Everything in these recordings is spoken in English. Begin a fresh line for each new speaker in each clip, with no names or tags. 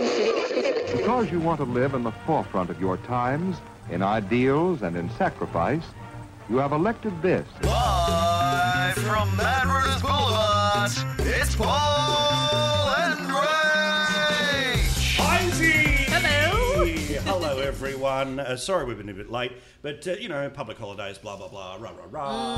Because you want to live in the forefront of your times, in ideals and in sacrifice, you have elected this.
Live from Mad Runners Boulevard, it's Paul and Ray.
Isaac!
Hello.
Hello, everyone. Uh, sorry we've been a bit late, but uh, you know, public holidays, blah, blah, blah, rah, rah, rah.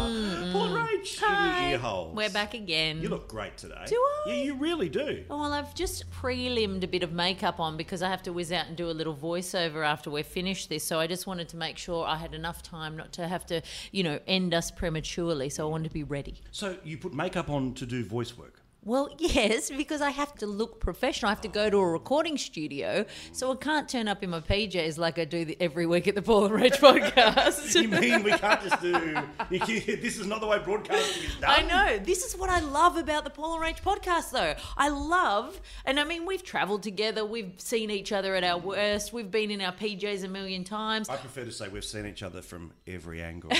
Paul Rach, in your ear holes.
Mm. We're back again.
You look great today.
Do I?
Yeah, you really do.
Oh, well, I've just prelimmed a bit of makeup on because I have to whiz out and do a little voiceover after we're finished this. So I just wanted to make sure I had enough time not to have to, you know, end us prematurely. So I wanted to be ready.
So you put makeup on to do voice work.
Well, yes, because I have to look professional. I have to go to a recording studio. So I can't turn up in my PJs like I do the, every week at the Paul and Rach podcast.
You mean we can't just do. you can't- this is not the way broadcasting is done.
I know. This is what I love about the Paul and Rach podcast, though. I love, and I mean, we've travelled together. We've seen each other at our worst. We've been in our PJs a million times.
I prefer to say we've seen each other from every angle.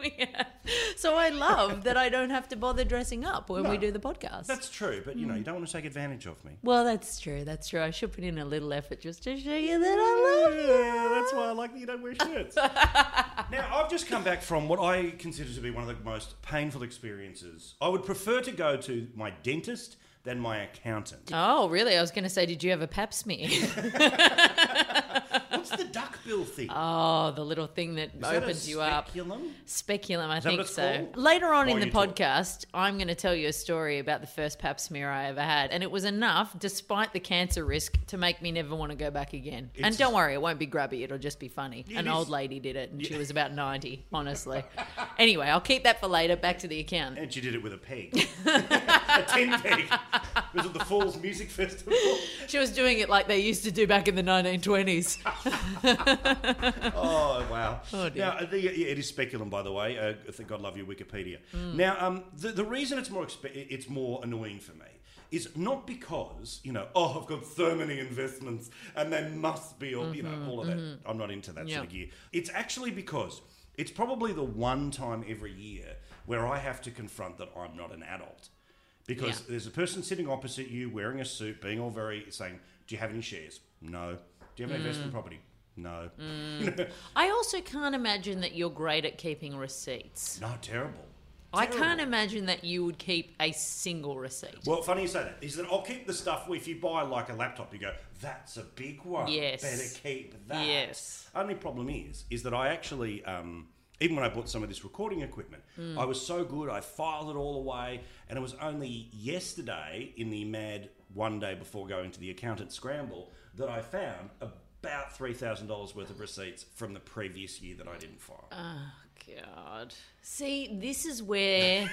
We have. So I love that I don't have to bother dressing up when we do the podcast.
That's true, but
Mm.
you know, you don't want to take advantage of me.
well, that's true. That's true. I should put in a little effort just to show you that I love you.
Yeah, that's why I like that you don't wear shirts. now, I've just come back from what I consider to be one of the most painful experiences. I would prefer to go to my dentist than my accountant.
Oh, really? I was going to say, did you have a pap smear?
What's the duck bill thing?
oh, the little thing that
Is that a
opens you up.
speculum?
Speculum, I
that what
think
it's
so.
called?
Later on
While
in the
you talk.
podcast, I'm going to tell you a story about the first pap smear I ever had. And it was enough, despite the cancer risk, to make me never want to go back again.
It's-
and don't worry, it won't be grubby. It'll just be funny.
It
An
is-
old lady did it, and she was about 90, honestly. anyway, I'll keep that for later. Back to the account.
And she did it with a peg. a tin peg. It was at the Falls Music Festival.
She was doing it like they used to do back in the 1920s.
Oh, wow.
Oh, dear.
Now, the, yeah, it is speculum, by the way. Uh, th- God love you, Wikipedia.
Mm.
Now, um, the, the reason it's more exp- it's more annoying for me is not because, you know, oh, I've got so many investments and they must be all, you know, all of that. I'm not into that
Mm-hmm, Yeah.
sort of gear. It's actually because it's probably the one time every year where I have to confront that I'm not an adult. Because
Yeah.
there's a person sitting opposite you wearing a suit, being all very saying, Do you have any shares? No. Do you have any
Mm.
investment property? No.
I also can't imagine that you're great at keeping receipts.
No, terrible.
I
Terrible.
can't imagine that you would keep a single receipt.
Well, funny you say that. Is that I'll keep the stuff if you buy like a laptop, you go, that's a big one.
Yes.
Better keep that.
Yes.
Only problem is, is that I actually, um, even when I bought some of this recording equipment,
Hmm.
I was so good, I filed it all away, and it was only yesterday in the mad one day before going to the accountant scramble that I found about $3,000 worth of receipts from the previous year that I didn't
Oh,
file.
God. See, this is where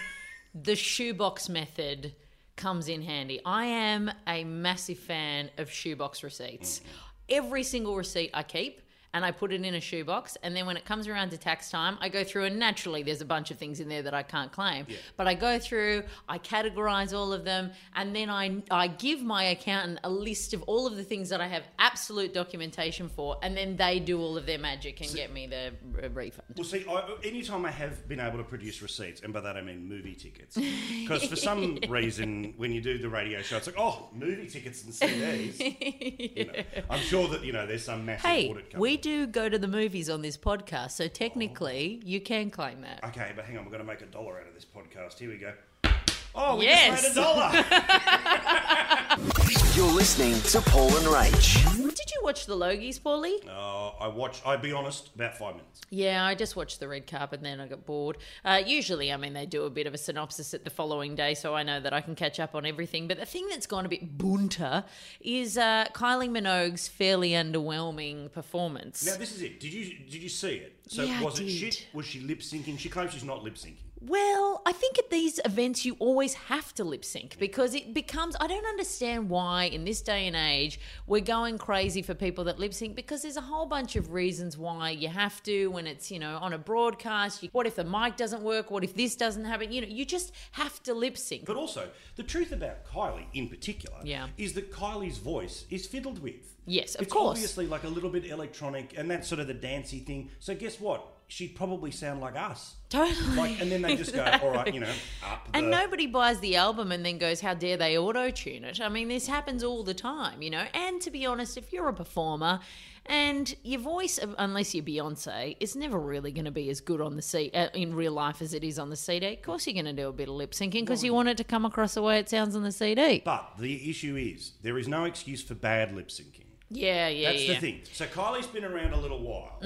the shoebox method comes in handy. I am a massive fan of shoebox receipts. Every single receipt I keep and I put it in a shoebox and then when it comes around to tax time, I go through and naturally there's a bunch of things in there that I can't claim. But I go through, I categorize all of them and then I I give my accountant a list of all of the things that I have absolute documentation for and then they do all of their magic and get me the r- refund.
Well, see, I, anytime I have been able to produce receipts, and by that I mean movie tickets, because for some reason, when you do the radio show, it's like, oh, movie tickets and CDs. You know, I'm sure that, you know, there's some massive
Hey,
audit
we
company.
do go to the movies on this podcast, so technically
Oh.
you can claim that.
Okay, but hang on, we're going to make a dollar out of this podcast. Here we go. Oh, we
Yes.
just made a dollar.
You're listening to Paul and Rach.
Did you watch the Logies, Paulie?
oh, I watched, I'd be honest, about five minutes.
Yeah, I just watched the red carpet and then I got bored. Uh, usually, I mean, they do a bit of a synopsis at the following day, so I know that I can catch up on everything. But the thing that's gone a bit bunter is uh, Kylie Minogue's fairly underwhelming performance.
Now, this is it. Did you did you see it? So
Yeah, I
was it
did.
shit? Was she lip syncing? She claims she's not lip syncing.
Well, I think at these events you always have to lip sync because it becomes. I don't understand why in this day and age we're going crazy for people that lip sync because there's a whole bunch of reasons why you have to when it's, you know, on a broadcast. You, what if the mic doesn't work? What if this doesn't happen? You know, you just have to lip sync.
But also, the truth about Kylie in particular
Yeah.
is that Kylie's voice is fiddled with.
Yes, of
it's
course.
obviously like a little bit electronic and that's sort of the dancey thing. So guess what? she'd probably sound like us.
Totally.
Like, and then they just go, all right, you know, up
And
the-
nobody buys the album and then goes, How dare they auto tune it? I mean, this happens all the time, you know? And to be honest, if you're a performer and your voice, uh, unless you're Beyonce, is never really going to be as good on the C- uh, in real life as it is on the CD, of course you're going to do a bit of lip syncing because you want it to come across the way it sounds on the CD.
But the issue is there is no excuse for bad lip syncing.
yeah, yeah,
That's
yeah. Mm.
the thing. So Kylie's been around a little while.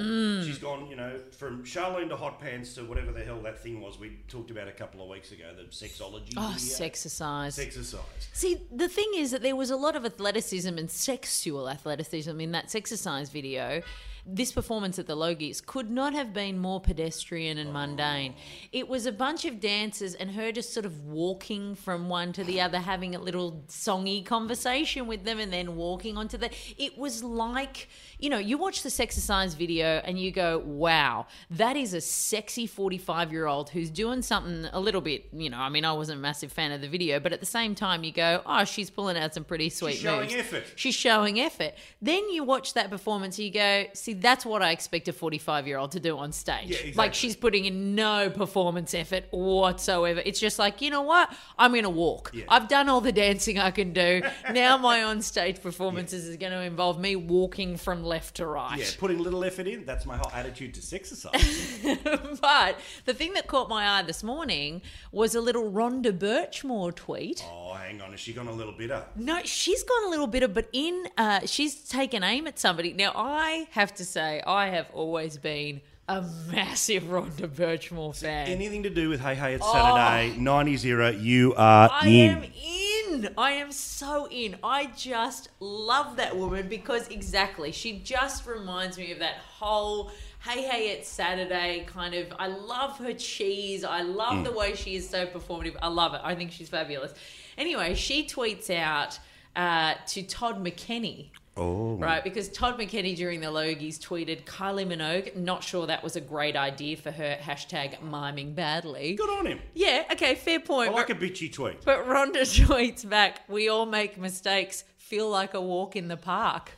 She's gone, you know, from Charlene to hot pants to whatever the hell that thing was we talked about a couple of weeks ago, the sexology.
Oh,
video.
sexercise.
Sexercise.
See, the thing is that there was a lot of athleticism and sexual athleticism in that exercise video. This performance at the Logies could not have been more pedestrian and mundane. It was a bunch of dancers and her just sort of walking from one to the other, having a little songy conversation with them, and then walking onto the. It was like, you know, you watch this exercise video and you go, wow, that is a sexy 45 year old who's doing something a little bit, you know, I mean, I wasn't a massive fan of the video, but at the same time, you go, oh, she's pulling out some pretty sweet
showing
moves.
effort.
She's showing effort. Then you watch that performance and you go, see, that's what I expect a 45 year old to do on stage.
Yeah, exactly.
Like she's putting in no performance effort whatsoever. It's just like, you know what? I'm going to walk.
Yeah.
I've done all the dancing I can do. now my on stage performances is going to involve me walking from left to right.
Yeah, putting little effort in. That's my whole attitude to sexercise.
but the thing that caught my eye this morning was a little Rhonda Birchmore tweet.
oh, hang on. Has she gone a little bitter?
No, she's gone a little bitter, but in uh, she's taken aim at somebody. Now, I have to say, I have always been a massive Rhonda Birchmore fan.
Anything to do with Hey Hey It's Saturday, 90 0, you are
Oh. I
in.
am in. I am so in. I just love that woman because exactly, she just reminds me of that whole hey hey it's Saturday kind of. I love her cheese. I
Mm.
love the way she is so performative. I love it. I think she's fabulous. Anyway, she tweets out uh, to Todd McKenny.
Oh.
Right, because Todd McKenny during the Logies tweeted Kylie Minogue, not sure that was a great idea for her, hashtag miming badly.
Good on him.
Yeah, okay, fair point.
I like a bitchy tweet.
But Rhonda tweets back, we all make mistakes, feel like a walk in the park.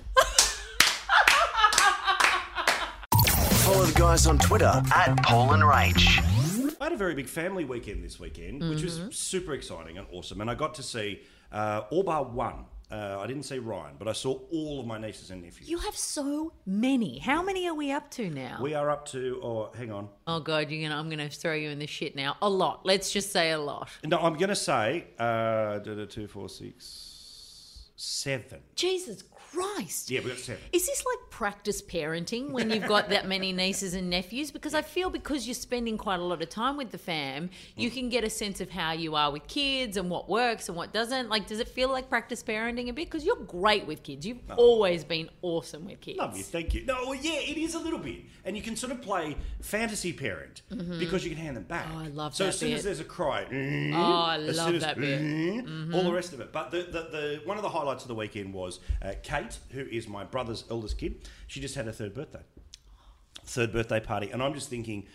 Follow the guys on Twitter at Paul and Rach.
I had a very big family weekend this weekend, which was
Mm-hmm.
super exciting and awesome. And I got to see uh, all bar one. Uh, I didn't see Ryan, but I saw all of my nieces and nephews.
You have so many. How many are we up to now?
we are up to, oh, hang on.
oh god, you're gonna I'm gonna throw you in the shit now. A lot. Let's just say a lot.
No, I'm going to say uh, da- da- two, four, six, seven.
Jesus Christ.
Yeah, we got seven.
Is this like practice parenting when you've got that many nieces and nephews? Because I feel because you're spending quite a lot of time with the fam,
Mm.
you can get a sense of how you are with kids and what works and what doesn't. Like, does it feel like practice parenting a bit? Because you're great with kids. You've always been awesome with kids.
Love you, thank you. No, well, yeah, it is a little bit, and you can sort of play fantasy parent because you can hand them back.
Mm-hmm. Oh, I love
so
that
as soon as
bit.
there's a cry, oh,
I love that bit.
Mm-hmm.
Mm-hmm.
All the rest of it, but the, the, the one of the highlights of the weekend was uh, Kate, who is my brother's eldest kid. She just had her third birthday, third birthday party, and I'm just thinking,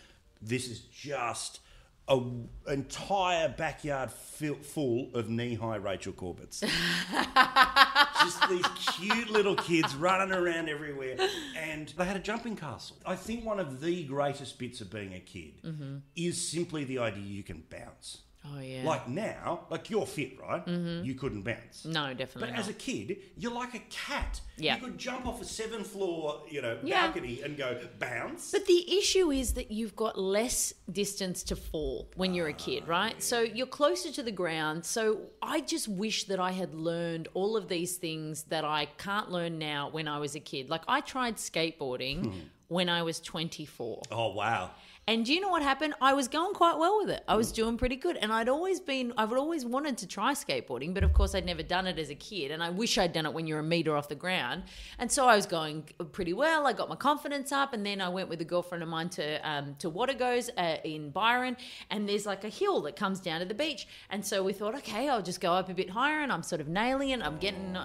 this is just. A w- entire backyard fill, full of knee-high Rachel Corbett's just these cute little kids running around everywhere. And they had a jumping castle. I think one of the greatest bits of being a kid
Mm-hmm.
is simply the idea you can bounce.
Oh yeah. Mm-hmm.
Like now, like you're fit, right? You couldn't bounce.
no, definitely
But
not.
as a kid, you're like a cat.
Yeah.
You could jump off a seven floor, you know,
Yeah.
balcony and go bounce.
But the issue is that you've got less distance to fall when you're a
Ah,
kid, right? So you're closer to the ground. So I just wish that I had learned all of these things that I can't learn now when I was a kid. Like I tried skateboarding
Hmm.
when I was 24.
oh, wow.
And do you know what happened? I was going quite well with it. I was doing pretty good. And I'd always been, I've always wanted to try skateboarding, but of course I'd never done it as a kid. And I wish I'd done it when you're a meter off the ground. And so I was going pretty well. I got my confidence up. And then I went with a girlfriend of mine to, um, to Watergoes uh, in Byron. And there's like a hill that comes down to the beach. And so we thought, okay, I'll just go up a bit higher. And I'm sort of nailing it. I'm getting.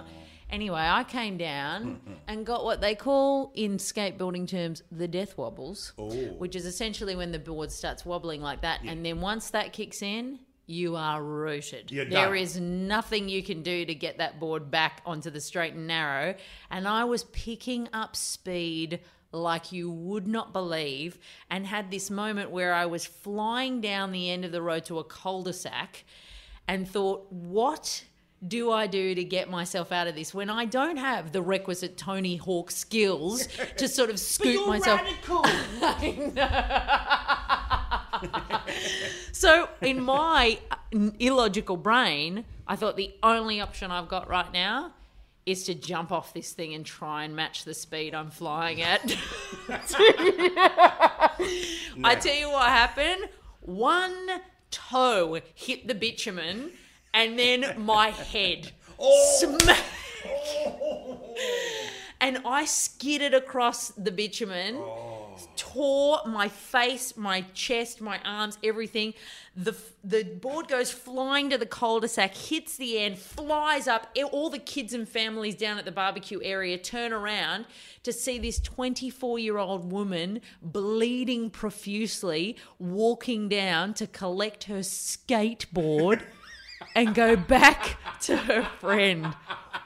Anyway, I came down and got what they call, in skateboarding terms, the death wobbles, which is essentially when the board starts wobbling like that. And then once that kicks in, you are rooted.
You're
There
done.
is nothing you can do to get that board back onto the straight and narrow. And I was picking up speed like you would not believe and had this moment where I was flying down the end of the road to a cul-de-sac and thought, what do I do to get myself out of this when I don't have the requisite Tony Hawk skills to sort of scoop
You're
myself?
radical.
So, in my uh, illogical brain, I thought the only option I've got right now is to jump off this thing and try and match the speed I'm flying at. I tell you what happened. One toe hit the bitumen, and then my head smacked. and I skidded across the bitumen, tore my face, my chest, my arms, everything. The f- the board goes flying to the cul-de-sac, hits the end, flies up. E- All the kids and families down at the barbecue area turn around to see this 24-year-old woman bleeding profusely walking down to collect her skateboard and go back to her friend.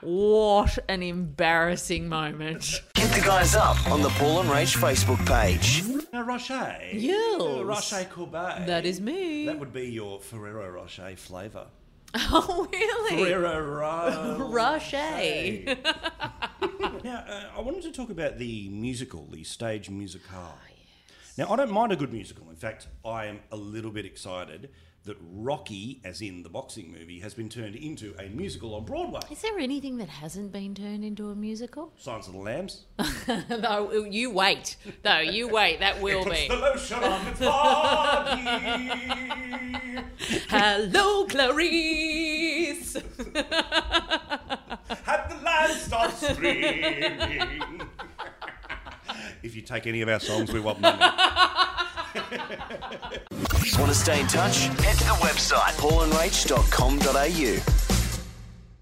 What an embarrassing moment.
Hit the guys up on the Paul and Rach Facebook page.
Now, Rocher.
Yes.
Uh, Rocher Courbet.
That is me.
That would be your Ferrero Rocher flavour.
oh, really?
Ferrero Ro-
Rocher.
now, uh, I wanted to talk about the musical, the stage musical.
Ah,
Now, I don't mind a good musical. In fact, I am a little bit excited that Rocky, as in the boxing movie, has been turned into a musical on Broadway.
Is there anything that hasn't been turned into a musical?
Silence of the Lambs.
Though you wait. Though you wait. That will be.
The lotion on the body.
Hello, Clarice.
Had the lights start screaming. if you take any of our songs, we want money.
Want to stay in touch? Head to the website paulandrach.com.au.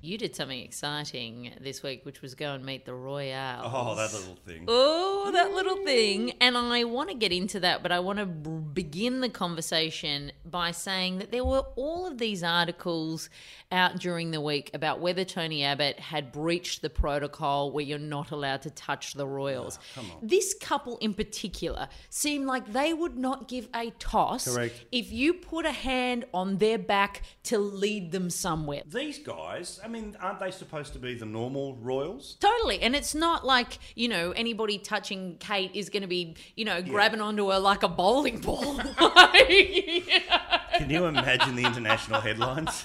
You did something exciting this week, which was go and meet the Royale.
Oh, that little thing.
Oh, that little thing. And I want to get into that, but I want to b- begin the conversation by saying that there were all of these articles out during the week about whether Tony Abbott had breached the protocol where you're not allowed to touch the royals. This couple in particular seemed like they would not give a toss
Correct.
if you put a hand on their back to lead them somewhere.
These guys, I mean, aren't they supposed to be the normal royals?
Totally. And it's not like, you know, anybody touching Kate is going to be, you know, grabbing onto her like a bowling ball.
Can you imagine the international headlines?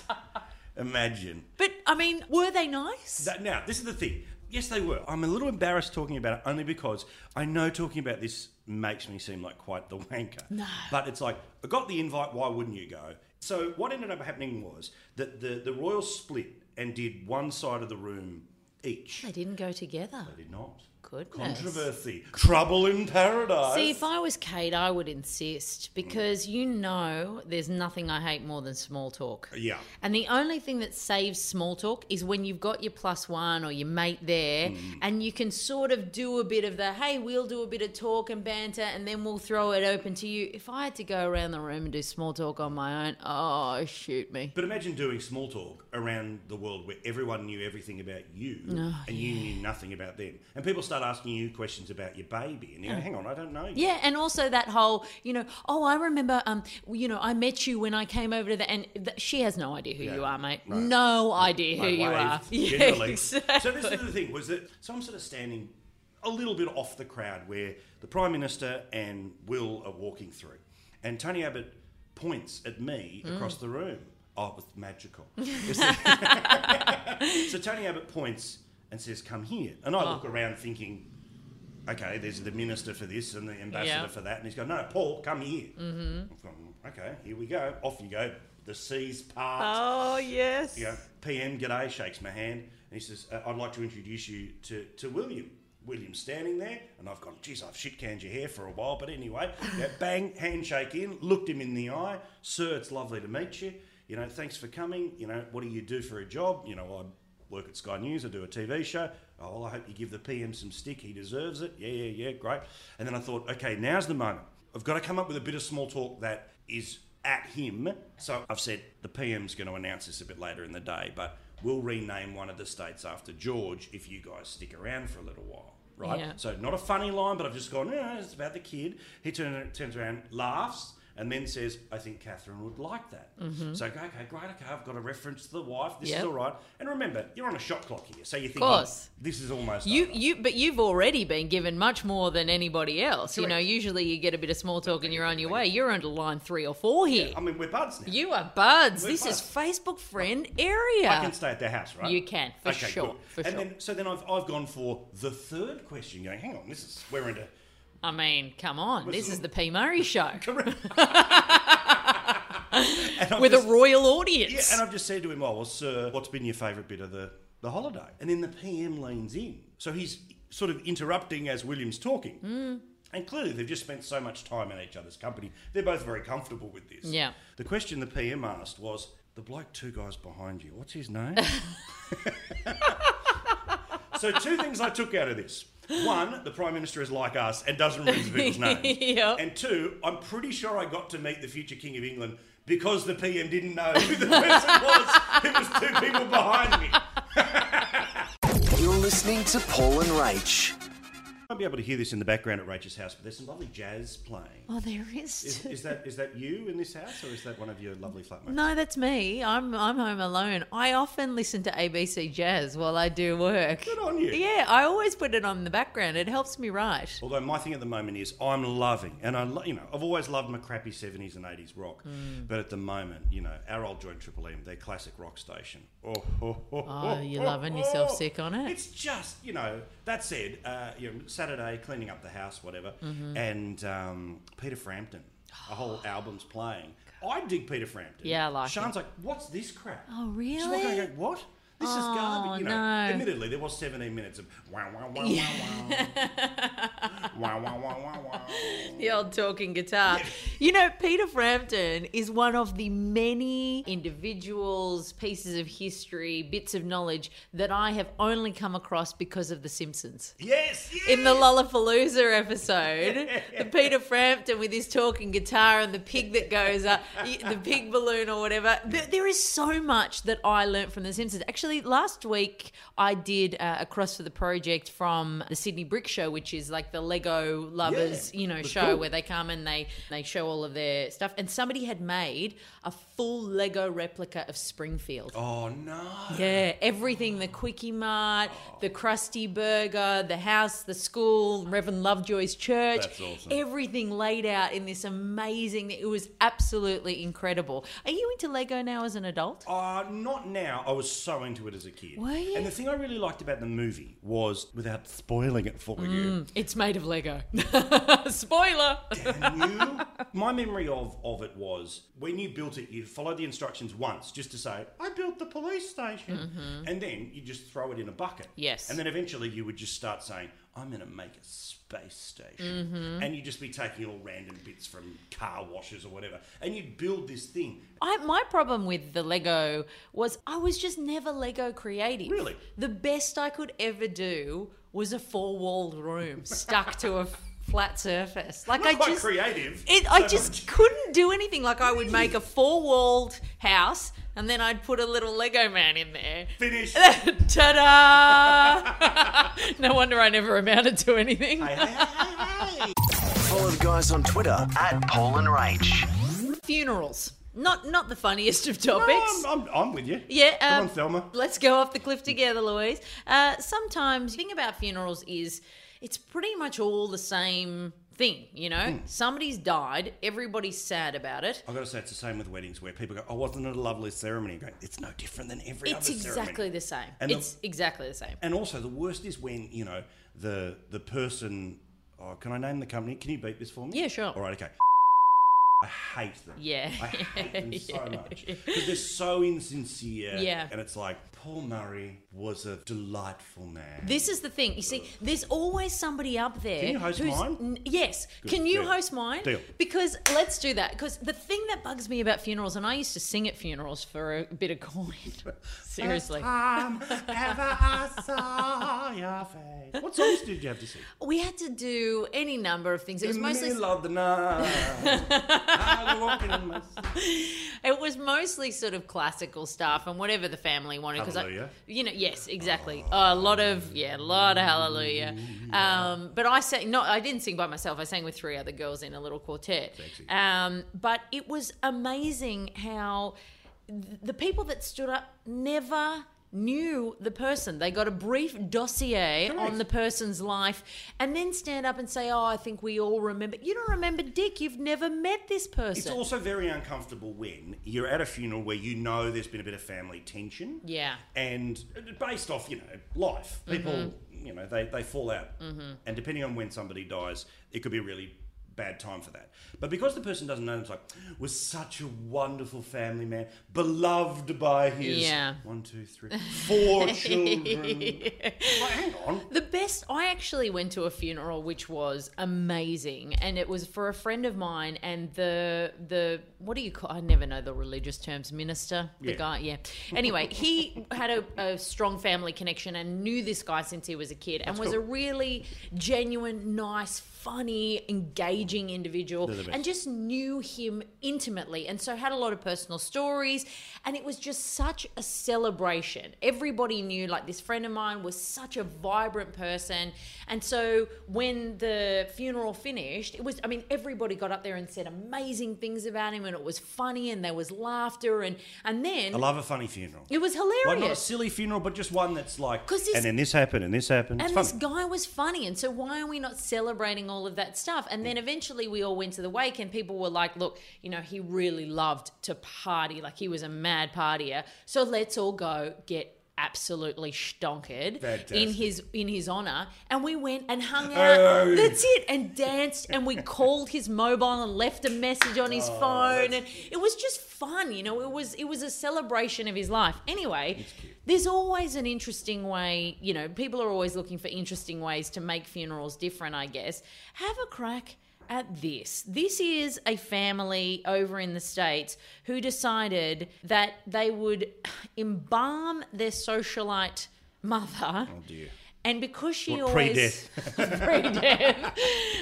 Imagine.
but, I mean, were they nice?
That, now, this is the thing. Yes, they were. I'm a little embarrassed talking about it only because I know talking about this makes me seem like quite the wanker. No. But it's like, I got the invite, why wouldn't you go? So, what ended up happening was that the, the Royals split and did one side of the room each.
they didn't go together.
They did not.
Goodness.
Controversy. Trouble in paradise.
See, if I was Kate, I would insist because you know there's nothing I hate more than small talk.
Yeah.
And the only thing that saves small talk is when you've got your plus one or your mate there
Mm.
and you can sort of do a bit of the, hey, we'll do a bit of talk and banter and then we'll throw it open to you. If I had to go around the room and do small talk on my own, oh, shoot me.
But imagine doing small talk around the world where everyone knew everything about you and you knew nothing about them. And people start asking you questions about your baby and you go, hang on, I don't know you.
Yeah, and also that whole, you know, oh, I remember, um, you know, I met you when I came over to the, and th- she has no idea who you are, mate. No, idea who
I
you
waved,
are. Yeah,
generally.
exactly.
So this is the thing was that so I'm sort of standing a little bit off the crowd where the Prime Minister and Will are walking through, and Tony Abbott points at me
Mm.
across the room. Oh, it was magical. so Tony Abbott points and says, "Come here," and
Oh.
I look around thinking. Okay, there's the minister for this and the ambassador
Yeah.
for that, and he's going, "No, Paul, come here." Mm-hmm. okay, here we go. Off you go. The seas part.
Oh, yes.
You go, PM, g'day, shakes my hand, and he says, "Uh, I'd like to introduce you to, to William. William's standing there, and I've gone, geez, I've shit canned your hair for a while, but anyway, yeah, bang, handshake in, looked him in the eye. Sir, it's lovely to meet you. You know, thanks for coming. You know, what do you do for a job? You know, I work at Sky News, I do a TV show. Oh, well, I hope you give the PM some stick. He deserves it. Yeah, yeah, yeah, great. And then I thought, okay, now's the moment. I've got to come up with a bit of small talk that is at him. So I've said the PM's going to announce this a bit later in the day, but we'll rename one of the states after George if you guys stick around for a little while. right?
Yeah.
So not a funny line, but I've just gone, yeah, it's about the kid. He turn, turns around, laughs, and then says, I think Catherine would like that. So I go, okay, great, okay, I've got a reference to the wife. This
Mm-hmm. Yep.
is all right. And remember, you're on a shot clock here, so you think,
course.
this is almost
You,
over."
you, but you've already been given much more than anybody else. You know,
Correct.
usually you get a bit of small talk and you're on your way. You're onto line three or four here.
I mean, we're buds now.
You are buds.
We're
this is
buds.
Facebook friend area.
I can stay at their house, right?
Ah, You can, for
okay,
sure,
Good.
for
and
sure.
then so then I've I've gone for the third question, going, hang on, this is we're into
I mean, come on. This
Listen.
is the P. Murray show
and I've
with
just,
a royal audience.
Yeah, and I've just said to him, Oh well, sir, what's been your favourite bit of the, the holiday? And then the PM leans in. So he's sort of interrupting as William's talking.
Hmm.
And clearly, they've just spent so much time in each other's company. They're both very comfortable with this.
Yeah.
The question the PM asked was the bloke two guys behind you, what's his name? so, two things I took out of this. One, the Prime Minister is like us and doesn't remember people's names.
Yep.
And two, I'm pretty sure I got to meet the future King of England because the PM didn't know who the person was. It was two people behind me.
You're listening to Paul and Rach.
I won't be able to hear this in the background at Rachel's house, but there's some lovely jazz playing.
oh, there is.
Is,
too.
is that is that you in this house, or is that one of your lovely flatmates?
No, that's me. I'm I'm home alone. I often listen to ABC Jazz while I do work.
Good on you.
Yeah, I always put it on in the background. It helps me write.
Although my thing at the moment is I'm loving, and I, lo- you know, I've always loved my crappy '70s and '80s rock,
Mm.
but at the moment, you know, our old joint Triple M, their classic rock station. Oh, ho, ho, ho,
you're
ho,
loving
ho.
yourself sick on it?
It's just, you know, that said, uh, you know, Saturday cleaning up the house, whatever,
Mm-hmm.
and um, Peter Frampton, a whole album's playing. I dig Peter Frampton.
Yeah, I like
Sean's like, what's this crap?
Oh,
She's walking around
really?
going, what? This is
Oh,
garbage. You know,
no.
admittedly, there was 17 minutes of wow, wow, wow, wow, wow, wow, wow, wow, wow.
The old talking guitar. You know, Peter Frampton is one of the many individuals, pieces of history, bits of knowledge that I have only come across because of The Simpsons.
Yes, yes.
in the Lollapalooza episode, the Peter Frampton with his talking guitar and the pig that goes up, the pig balloon or whatever. There, there is so much that I learnt from The Simpsons. Actually, last week I did uh, a cross for the project from the Sydney Brick Show, which is like the Lego lovers,
Yeah,
you know,
that's
show
cool.
where they come and they they show all of their stuff. And somebody had made a full Lego replica of Springfield.
oh no.
Yeah, everything the Quickie Mart, the Krusty Burger, the house, the school, Reverend Lovejoy's church.
That's awesome.
Everything laid out in this amazing, it was absolutely incredible. Are you into Lego now as an adult?
Uh, not now. I was so into it as a kid.
Were you?
And the thing I really liked about the movie was, without spoiling it for you,
It's made of Lego. Spoiler!
and you, my memory of, of it was when you built it, you followed the instructions once just to say, I built the police station. And then you just throw it in a bucket.
Mm-hmm. Yes.
And then eventually you would just start saying, I'm going to make a space station.
Mm-hmm.
And you'd just be taking all random bits from car washes or whatever. And you'd build this thing.
I, my problem with the Lego was I was just never Lego creative.
Really?
The best I could ever do was a four walled room stuck to a f- flat surface. Like
Not
I
quite
just.
creative.
It, I
so
just couldn't do anything. Like I would make a four-walled house, and then I'd put a little Lego man in there.
Finish.
Ta-da! no wonder I never amounted to anything.
Follow the guys on Twitter at Paul and Rach.
Funerals, not not the funniest of
No,
topics.
I'm, I'm, I'm with you.
Yeah,
Come
um,
on, Thelma.
Let's go off the cliff together, Louise. Uh, sometimes the thing about funerals is it's pretty much all the same thing. You know,
Hmm.
somebody's died, everybody's sad about it.
I've got to say, it's the same with weddings where people go, "Oh, wasn't it a lovely ceremony?" I'm Going, it's no different than every
It's
other ceremony.
exactly the same.
And the-
it's exactly the same.
And also, the worst is when you know the the person. Oh, can I name the company? Can you beat this for me?
Yeah, sure.
All right, okay. I hate them.
Yeah.
I hate them so much because they're so insincere.
Yeah.
and it's like Paul Murray was a delightful man.
This is the thing. You see, there's always somebody up there.
Can you host
who's-
mine?
N- yes. Can you
Deal.
host mine?
Deal.
Because let's do that. Because the thing that bugs me about funerals, and I used to sing at funerals for a bit of coin. Seriously.
time ever I saw your face. What songs did you have to sing?
We had to do any number of things. It was mostly.
middle of the night. Ah, look at him.
It was mostly sort of classical stuff and whatever the family wanted. Because
Hallelujah.
you know, yes, exactly. a lot of yeah, a lot of hallelujah. Um, but I sang. No, I didn't sing by myself. I sang with three other girls in a little quartet.
Sexy.
Um, but it was amazing how th- the people that stood up never knew the person they got a brief dossier on the person's life and then stand up and say oh i think we all remember you don't remember dick you've never met this person
It's also very uncomfortable when you're at a funeral where you know there's been a bit of family tension.
Yeah.
And based off, you know, life, people, you know, they, they fall out. And depending on when somebody dies, it could be a really bad time for that. But because the person doesn't know them, it's like, was such a wonderful family man, beloved by his
Yeah.
one, two, three, four children. Like, hang on.
The best, I actually went to a funeral which was amazing, and it was for a friend of mine. And the the what do you call? I never know the religious terms. Minister, the
Yeah.
guy, yeah. Anyway, he had a, a strong family connection and knew this guy since he was a kid, and was
cool.
a really genuine, nice, funny, engaging individual,
the best.
and just knew him intimately, and so had a lot of personal stories, and it was just such a celebration. Everybody knew, like this friend of mine was such a vibrant person, and so when the funeral finished, it was, I mean, everybody got up there and said amazing things about him, and it was funny, and there was laughter, and and then
I love a funny funeral.
it was
Like, not a
hilarious.
silly funeral, but just one that's like,
'Cause this-
and then this happened, and this happened.
and
it's fun.
this guy was funny, and so why are we not celebrating all of that stuff? And then eventually we all went to the wake, and people were like, "Look, you know, he really loved to party, like he was a mad partier. So let's all go get absolutely stonkered in
Fantastic.
his in his honor." And we went and hung out.
Hey.
That's it, and danced, and we called his mobile and left a message on his phone, and it was just fun. You know, it was it was a celebration of his life. Anyway, there's always an interesting way. You know, people are always looking for interesting ways to make funerals different. I guess have a crack. At this. This is a family over in the States who decided that they would embalm their socialite mother.
Oh, dear.
And because she
Well,
always
pre-death.
pre-death,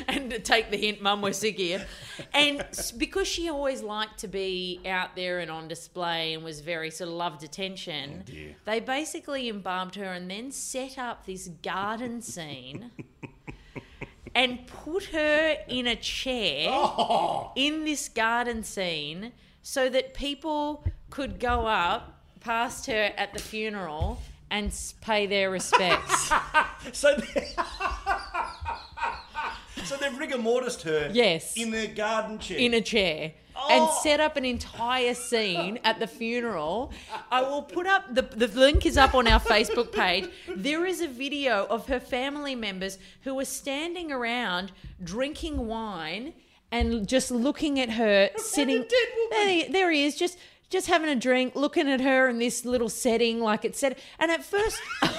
and take the hint, Mum, we're sick here. And s- because she always liked to be out there and on display, and was very sort of loved attention,
Oh, dear.
they basically embalmed her and then set up this garden scene. And put her in a chair
Oh!
in this garden scene so that people could go up past her at the funeral and s- pay their respects.
So, they- so they've rigor mortised her.
Yes.
In the garden chair.
in a chair and
Oh.
set up an entire scene at the funeral. I will put up the, the link is up on our Facebook page. There is a video of her family members who are standing around drinking wine and just looking at her sitting.
dead woman.
There, he- there he is, just just having a drink, looking at her in this little setting, like it said. And at first.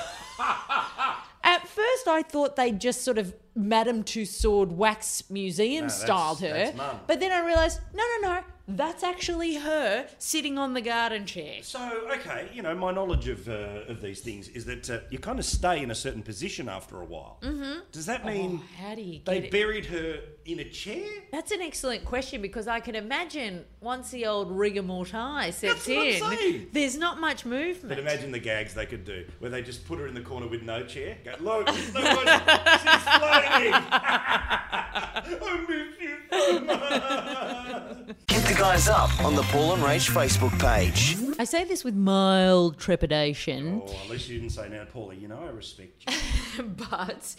At first, I thought they just sort of Madame Tussauds wax museum
that's-
styled her.
that's mum.
But then I realised, no, no, no, that's actually her sitting on the garden chair.
so okay, you know my knowledge of uh, of these things is that uh, you kind of stay in a certain position after a while. Mm-hmm. Does that mean
Oh, How do you
they
get it?
buried her in a chair?
That's an excellent question because I can imagine once the old rigor mortis sets
That's what I'm
in,
saying.
there's not much movement.
But imagine the gags they could do where they just put her in the corner with no chair. Go look, there's no one- she's floating. I miss you so much.
Hit the guys up on the Paul and Rach Facebook page.
I say this with mild trepidation.
Oh, at least you didn't say now, Paulie. You know I respect you.
but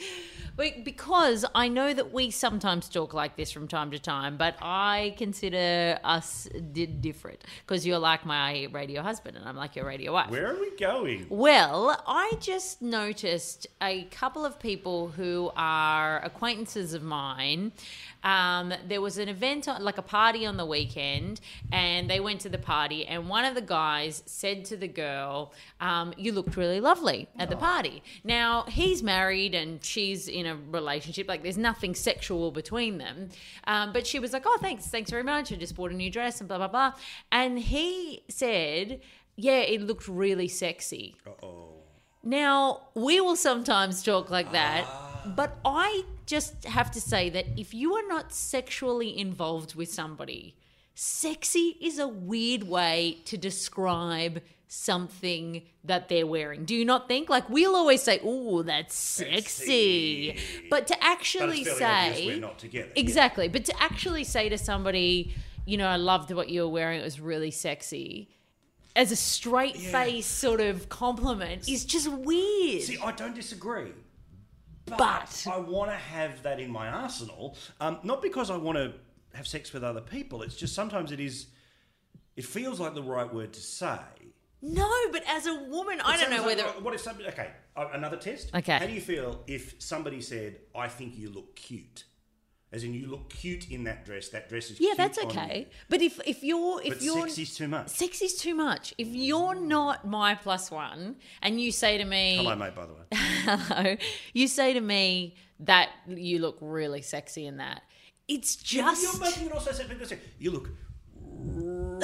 but because I know that we sometimes talk like this from time to time, but I consider us di- different because you're like my radio husband and I'm like your radio wife.
Where are we going?
Well, I just noticed a couple of people who are acquaintances of mine. Um, there was an event, on, like a party on the weekend, and they went to the party. And one of the guys said to the girl, um, "You looked really lovely at the party." Now he's married and she's in a relationship. Like there's nothing sexual between them, um, but she was like, "Oh, thanks, thanks very much. I just bought a new dress and blah blah blah." And he said. Yeah, it looked really sexy.
Uh oh.
Now, we will sometimes talk like that.
Ah.
But I just have to say that if you are not sexually involved with somebody, sexy is a weird way to describe something that they're wearing. Do you not think? Like we'll always say, "Oh, that's sexy,"
Sexy.
but to
But
actually
it's fairly obvious
say
we're not together. Yeah.
Exactly. But to actually say to somebody, you know, I loved what you were wearing, it was really sexy, as a straight face sort of compliment is just weird.
See, I don't disagree.
But-
I want to have that in my arsenal. Um, not because I want to have sex with other people. It's just sometimes it is. It feels like the right word to say.
no, but as a woman, I don't know
Sometimes
whether.
what if somebody? Okay, uh, another test.
Okay.
How do you feel if somebody said, "I think you look cute," as in you look cute in that dress. That dress is
yeah,
cute
that's
on you."
okay. But if if you're if
But Mm.
you're
sexy's too much.
sexy's too much. If you're not my plus one, and you say to me,
Hello, mate. By the way.
hello, you say to me that you look really sexy in that. It's just
You're making it also sound fantastic. You look really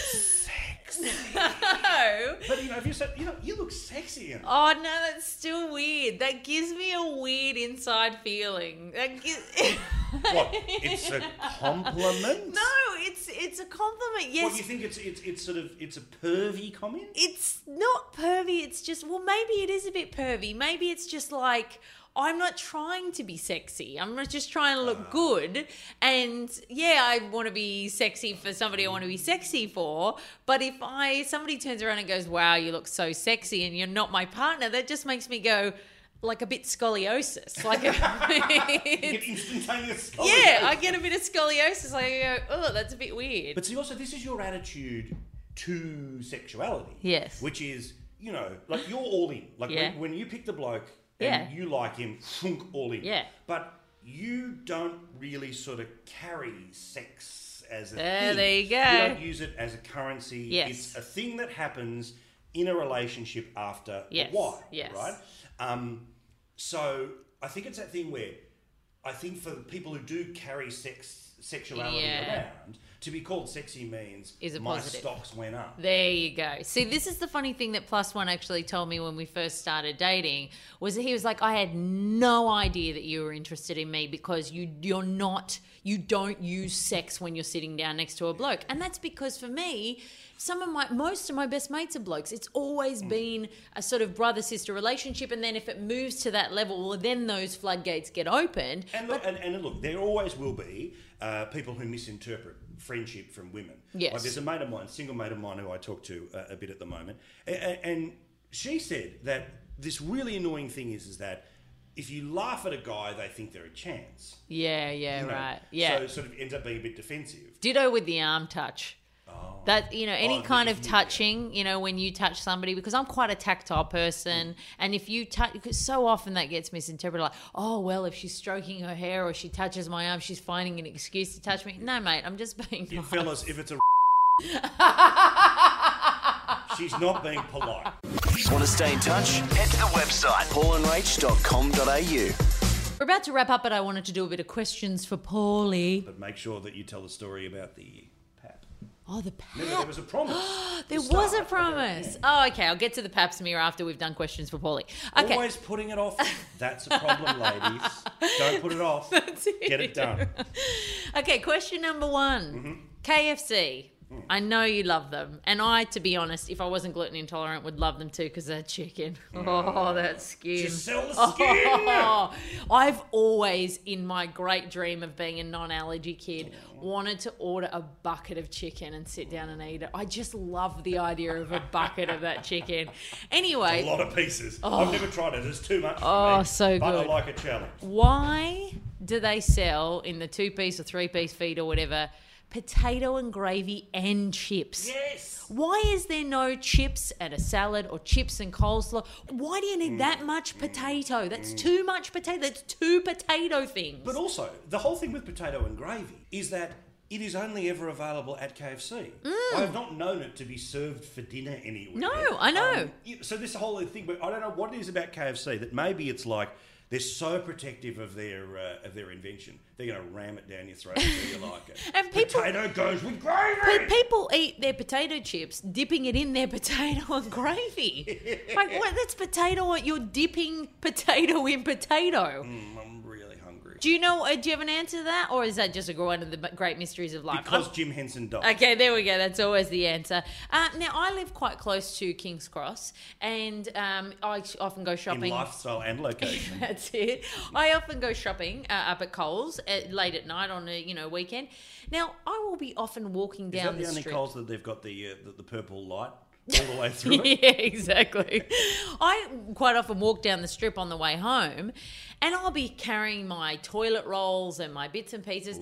sexy.
no.
But you know, if you said, you know, you look sexy. In it.
Oh no, that's still weird. That gives me a weird inside feeling. That gives
What? It's a compliment.
no, it's it's a compliment. Yes,
What you think it's it's it's sort of it's a pervy comment?
it's not pervy. It's just well, maybe it is a bit pervy. Maybe it's just like I'm not trying to be sexy. I'm not just trying to
Uh.
look good. And yeah, I want to be sexy for somebody I want to be sexy for. But if I somebody turns around and goes, "Wow, you look so sexy," and you're not my partner, that just makes me go. Like a bit scoliosis, like
You
a,
get instantaneous.
Yeah,
solidarity.
I get a bit of scoliosis. Like, I go, oh, that's a bit weird.
But see, also, this is your attitude to sexuality.
Yes.
Which is, you know, like you're all in. Like
Yeah.
when, when you pick the bloke
Yeah.
and you like him, thunk, all in.
Yeah.
But you don't really sort of carry sex as a
There-
thing.
there you go.
You don't use it as a currency.
Yes.
It's a thing that happens in a relationship after
Yes,
a while.
yes.
Right? Um, so I think it's that thing where I think for people who do carry sex sexuality
Yeah.
around, to be called sexy means
Is a
my
positive.
stocks went up.
there you go. See, this is the funny thing that Plus One actually told me when we first started dating was that he was like, I had no idea that you were interested in me because you you're not you don't use sex when you're sitting down next to a bloke, and that's because for me, some of my most of my best mates are blokes. It's always been a sort of brother sister relationship, and then if it moves to that level, well, then those floodgates get opened.
And look, and, and look, there always will be uh, people who misinterpret friendship from women.
Yes.
Like there's a mate of mine, single mate of mine, who I talk to uh, a bit at the moment, and, and she said that this really annoying thing is is that if you laugh at a guy, they think they're a chance.
Yeah, yeah,
you know?
right. Yeah.
So it sort of ends up being a bit defensive.
Ditto with the arm touch. That you know, any
Oh, the-
kind of
yeah.
touching, you know, when you touch somebody, because I'm quite a tactile person, and if you touch, because so often that gets misinterpreted, like, oh well, if she's stroking her hair or she touches my arm, she's finding an excuse to touch me. No, mate, I'm just being.
You
nice.
fellas, if it's a she's not being polite.
Want to stay in touch? Head to the website paulandrach.com.au.
We're about to wrap up, but I wanted to do a bit of questions for Paulie.
But make sure that you tell the story about the pap.
Oh, the
Remember, there
pap.
was a promise.
There
to start.
was a promise. Oh, okay. I'll get to the pap smear after we've done questions for Paulie. Okay.
Always putting it off. That's a problem, ladies. Don't put it off. Get it done. Mm-hmm.
Okay, question number one KFC.
Mm.
I know you love them. And I, to be honest, if I wasn't gluten intolerant, would love them too because they're chicken. Oh, that skin.
Mm. Just sell the skin.
Oh, I've always, in my great dream of being a non allergy kid,
Mm.
wanted to order a bucket of chicken and sit down and eat it. I just love the idea of a bucket of that chicken.
A
Anyway,
lot of pieces. I've never tried it. It's too much for
Oh,
me.
so
But I
good.
like a challenge.
why do they sell in the two piece or three piece feed or whatever potato and gravy and chips?
Yes.
Why is there no chips at a salad or chips and coleslaw? Why do you
Mm.
need that much potato? That's too much potato. That's two potato things.
But also, the whole thing with potato and gravy is that it is only ever available at KFC. I have not known it to be served for dinner anywhere.
Mm. No, I know.
Um, you- so this whole thing, but I don't know what it is about KFC that maybe it's like They're so protective of their uh, of their invention. They're going to ram it down your throat until you like it.
And people-
potato goes with gravy.
But people eat their potato chips, dipping it in their potato and gravy. like, what? That's potato. You're dipping potato in potato.
Mm, I'm really hungry
Do you know? uh, Do you have an answer to that, or is that just a one of the great mysteries of life?
because Jim Henson died.
Okay, there we go. That's always the answer. Uh, now, I live quite close to King's Cross, and um, I often go
in
shopping.
lifestyle and location.
That's it. I often go shopping uh, up at Coles at, late at night on a you know weekend. Now, I will be often walking
Is
down
that the,
the
only
street.
Coles that they've got the, uh, the the purple light all the way through it?
yeah, exactly. I quite often walk down the strip on the way home, and I'll be carrying my toilet rolls and my bits and pieces.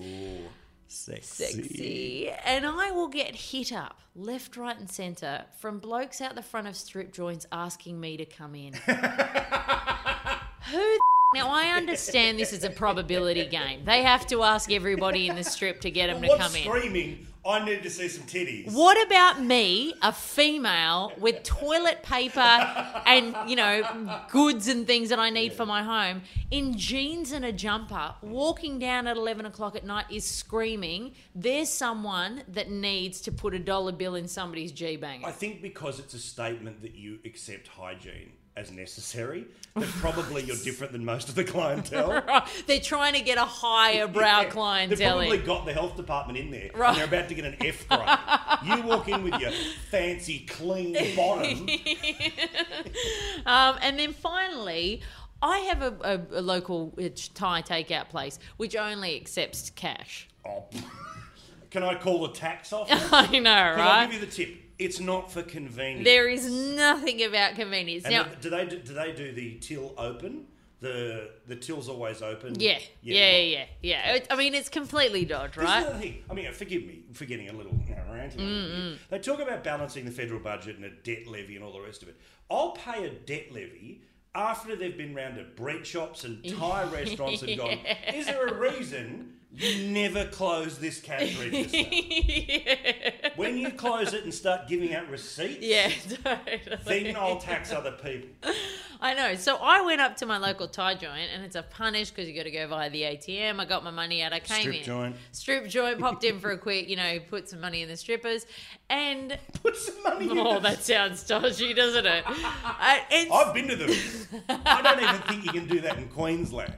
Sexy.
sexy. And I will get hit up left, right, and centre from blokes out the front of strip joints asking me to come in. Who the now I understand this is a probability game. They have to ask everybody in the strip to get them to
What's
come in.
screaming? I need to see some titties.
What about me, a female with toilet paper and, you know, goods and things that I need for my home, in jeans and a jumper, walking down at 11 o'clock at night is screaming, there's someone that needs to put a dollar bill in somebody's G
I
banger.
think because it's a statement that you accept hygiene as necessary, that probably you're different than most of the clientele.
They're trying to get a higher brow
They've
clientele.
probably
in.
got the health department in there.
Right.
And they're about to get an F grade. you walk in with your fancy, clean bottom.
Um, and then finally, I have a, a, a local uh, Thai takeout place which only accepts cash.
Oh, can I call the tax office?
I know,
Can
right?
I give you the tip? It's not for convenience.
There is nothing about convenience.
And
now,
do they do, do they do the till open? The the till's always open.
yeah, yeah, yeah,
right.
yeah. yeah. It- I mean, it's completely dodged,
This is
right?
the thing. I mean, forgive me for getting a little you know, ranty. They talk about balancing the federal budget and a debt levy and all the rest of it. I'll pay a debt levy after they've been round to bread shops and Thai restaurants and gone. Is there a reason you never close this cash register? When you close it and start giving out receipts,
Yeah, totally.
then I'll tax other people.
I know. So I went up to my local Thai joint, and it's a punish because you got to go via the ATM. I got my money out. I came
Strip
in.
joint.
Strip joint. Popped in for a quick, you know, put some money in the strippers, and
Put some money in.
oh, that sounds dodgy, doesn't it? I, and
I've been to them. I don't even think you can do that in Queensland.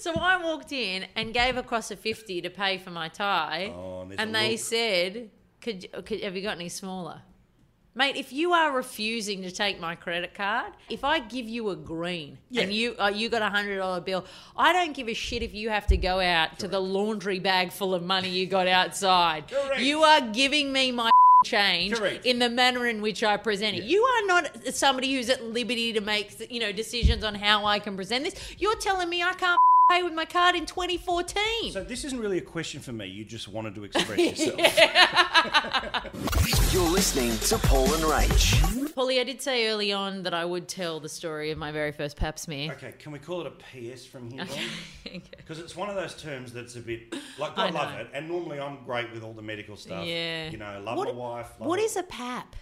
So I walked in and gave across a fifty to pay for my tie,
Oh, and there's a
they
look.
said, could, you- "Could have you got any smaller?" Mate, if you are refusing to take my credit card, if I give you a green and you uh, you got a hundred dollar bill, I don't give a shit if you have to go out to the laundry bag full of money you got outside.
Correct.
You are giving me my change
Correct.
in the manner in which I present it. You are not somebody who's at liberty to make you know decisions on how I can present this. You're telling me I can't pay with my card in 2014.
So this isn't really a question for me. You just wanted to express yourself.
You're listening to Paul and Rach.
Polly, I did say early on that I would tell the story of my very first pap smear.
Okay, can we call it a PS from here on? Because it's one of those terms that's a bit like
I
I love
know.
it, and normally I'm great with all the medical stuff.
Yeah.
you know, love
what,
my wife. Love
what is a pap?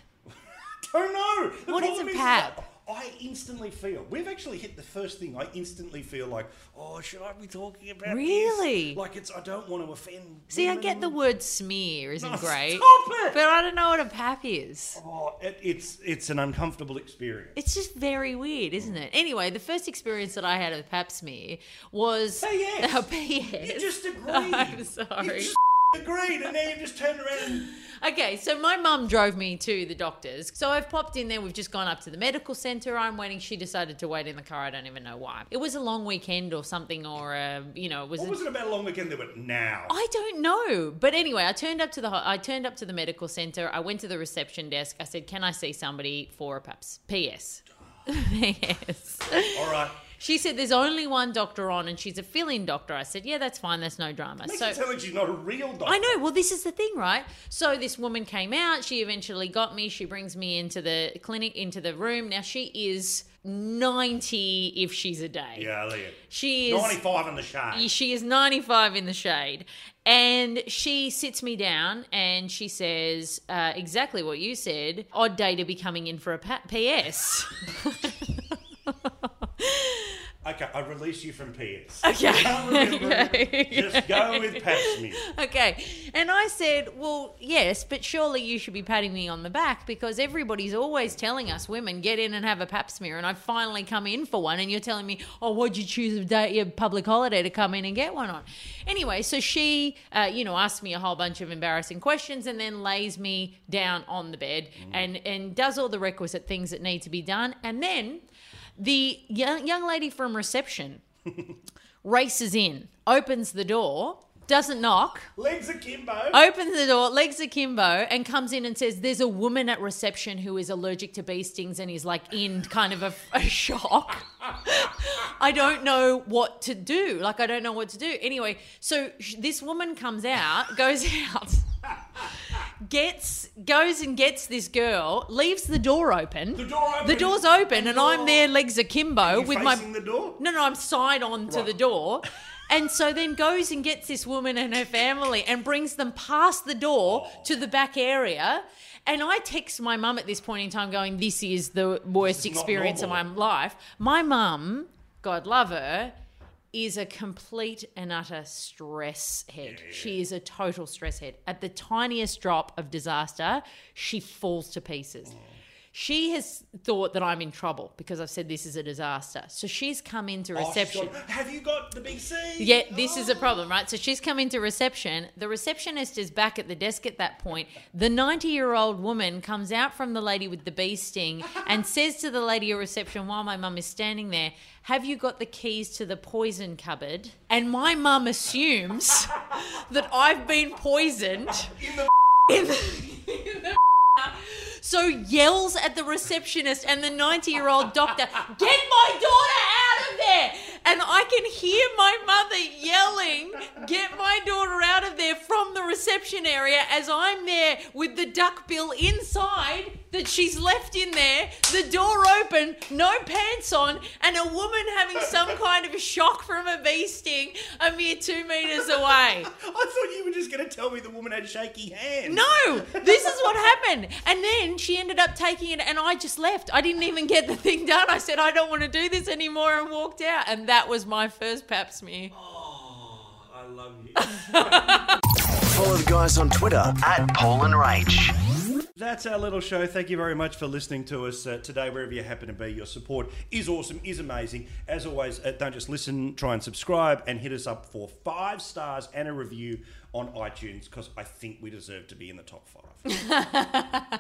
Don't know. The
what is a
problem
pap?
that I instantly feel we've actually hit the first thing. I instantly feel like, oh, should I be talking about this?
Really?
Like it's I don't want to offend.
See, I
women.
get the word smear isn't
No,
great,
stop it!
but I don't know what a pap is.
Oh, it, it's it's an uncomfortable experience.
It's just very weird, isn't it? Anyway, the first experience that I had of pap smear was
P.S.
a PS.
You just agreed.
I'm sorry.
You just agreed, and now you've just turned around and
Okay, so my mum drove me to the doctor's. So I've popped in there. We've just gone up to the medical centre. I'm waiting. She decided to wait in the car. I don't even know why. It was a long weekend or something, or uh, you know, it was.
What
an-
was it about a long weekend? They went now.
I don't know, but anyway, I turned up to the ho- I turned up to the medical centre. I went to the reception desk. I said, "Can I see somebody for a paps?" P.S. P.S.
All right,
She said, "There's only one doctor on, and she's a fill-in doctor." I said, "Yeah, that's fine. That's no drama."
makes
so
it sound like she's not a real doctor.
I know. Well, this is the thing, right? So this woman came out. She eventually got me. She brings me into the clinic, into the room. Now she is ninety if she's a day.
Yeah, I think
She
it.
is.
Ninety-five on the shade.
She is 95 in the shade. And she sits me down and she says uh, exactly what you said odd day to be coming in for a pa- PS.
Okay, okay, I release you from PS. Can't
Okay.
remember it.
okay.
Just go with patch me.
Okay. And I said, well, yes, but surely you should be patting me on the back because everybody's always telling us women get in and have a pap smear. And I finally come in for one, and you're telling me, oh, what'd you choose a day, your public holiday to come in and get one on? Anyway, so she, uh, you know, asks me a whole bunch of embarrassing questions and then lays me down on the bed and, and does all the requisite things that need to be done. And then the young, young lady from reception races in, opens the door, doesn't knock
Legs akimbo.
opens the door, legs akimbo, and comes in and says, "There's a woman at reception who is allergic to bee stings and is like in kind of a, a shock. I don't know what to do. Like I don't know what to do. Anyway, so sh- this woman comes out, goes out." Gets goes and gets this girl, leaves the door open.
The door open.
The door's open, and I'm there, legs akimbo,
You're
with my
facing the door. Oh,
no, no, I'm side on to
Right.
the door. And so then goes and gets this woman and her family and brings them past the door
Oh.
to the back area. And I text my mum at this point in time going, This is the worst
is not
experience of my
normal."
life. My mum, God love her, is a complete and utter stress head. She is a total stress head. At the tiniest drop of disaster, she falls to pieces.
Oh.
She has thought that I'm in trouble because I've said this is a disaster. So she's come into
Oh, she's
reception.
gone, Have you got the big C?
Yeah, this is a problem, right? So she's come into reception. The receptionist is back at the desk at that point. The 90 year old woman comes out from the lady with the bee sting and says to the lady at reception while my mum is standing there, Have you got the keys to the poison cupboard? And my mum assumes that I've been poisoned.
In the
in the- in the so yells at the receptionist and the 90 year old doctor, Get my daughter out of there! And I can hear my mother yelling, Get my daughter out of there from the reception area as I'm there with the duck bill inside that she's left in there, the door open, no pants on, and a woman having some kind of shock from a bee sting a mere two meters
I
away.
thought you were just going to tell me the woman had shaky hands.
No, this is what happened. And then she ended up taking it, and I just left. I didn't even get the thing done. I said, I don't want to do this anymore, and walked out. And that was my first pap smear.
I love you.
Follow the guys on Twitter at Paul and Rach.
That's our little show. Thank you very much for listening to us uh, today, wherever you happen to be. Your support is awesome, is amazing. As always, uh, don't just listen, try and subscribe and hit us up for five stars and a review on iTunes because I think we deserve to be in the top five.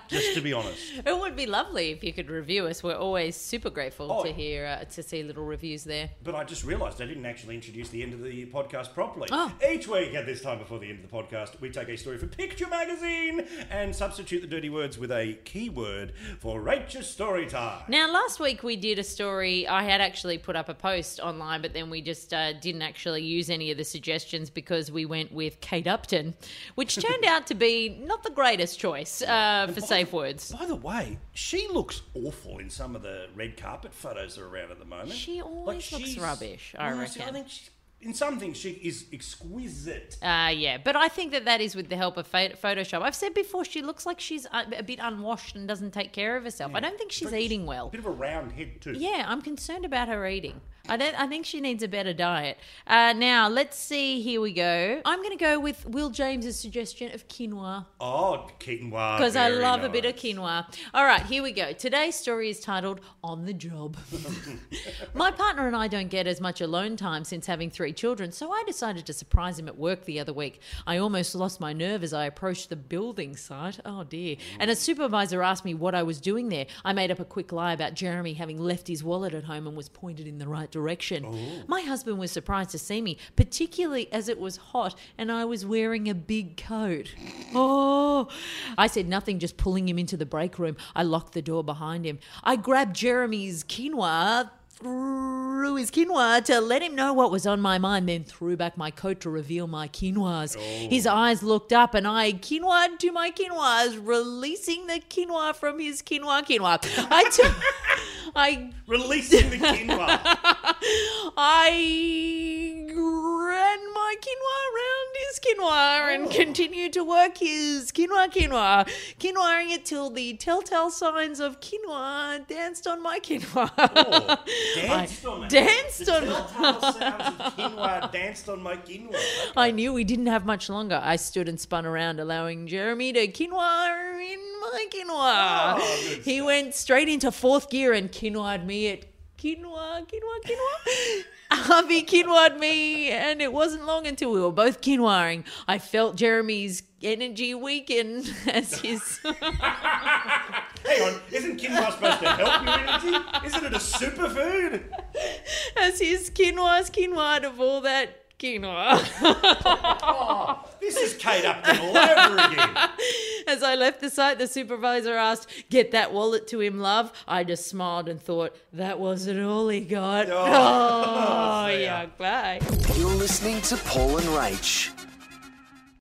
just to be honest.
It would be lovely if you could review us. We're always super grateful
Oh.
to hear uh, to see little reviews there.
But I just realised I didn't actually introduce the end of the podcast properly.
Oh.
Each week at this time before the end of the podcast, we take a story from Picture Magazine and substitute the dirty words with a keyword for Rachel's story time.
Now, last week we did a story. I had actually put up a post online, but then we just uh, didn't actually use any of the suggestions because we went with Kate Upton, which turned out to be not the greatest choice uh, for safe words.
By the way, she looks awful in some of the red carpet photos that are around at the moment.
She always looks
she's-
rubbish, I
No, see, I
reckon.
think she, in some things she is exquisite.
Uh, yeah, but I think that that is with the help of pho- Photoshop. I've said before she looks like she's a, a bit unwashed and doesn't take care of herself. I don't think she's
But
eating well.
A bit of a round head too.
Yeah, I'm concerned about her eating. I don't. I think she needs a better diet. Uh, now let's see. Here we go. I'm going to go with Will James's suggestion of quinoa
Oh, quinoa.
because I
very
love a
nice.
bit of quinoa. All right, here we go. Today's story is titled On the Job. My partner and I don't get as much alone time since having three children, so I decided to surprise him at work the other week. I almost lost my nerve as I approached the building site. Oh dear. And a supervisor asked me what I was doing there. I made up a quick lie about Jeremy having left his wallet at home and was pointed in the right direction. My husband was surprised to see me, particularly as it was hot and I was wearing a big coat. Oh, I said nothing, just pulling him into the break room. I locked the door behind him. I grabbed Jeremy's quinoa, threw his quinoa to let him know what was on my mind, then threw back my coat to reveal my quinoas. His eyes looked up and I quinoa to my quinoas, releasing the quinoa from his quinoa quinoa. I took. I
Releasing the quinoa.
I ran my my quinoa round
Oh.
is quinoa and continue to work his quinoa quinoa, quinoaing it till the telltale signs of quinoa danced on my quinoa.
Oh, danced
I
on it.
danced
the
on-
telltale sounds of quinoa danced on my quinoa.
I knew we didn't have much longer. I stood and spun around, allowing Jeremy to quinoa in my quinoa.
Oh, good
he
stuff.
went straight into fourth gear and quinoa'd me at quinoa, quinoa, quinoa. Harvey quinoa'd me, and it wasn't long until we were both quinoaing. I felt Jeremy's energy weaken as his.
Hang on, isn't quinoa supposed to help your energy? Isn't it a superfood?
as his quinoa's quinoa'd of all that quinoa.
This is Kate Upton all over again.
As I left the site, the supervisor asked, Get that wallet to him, love. I just smiled and thought, That wasn't all he got.
Oh.
Oh,
Oh,
yuck,
dear.
bye.
You're listening to Paul and Rach.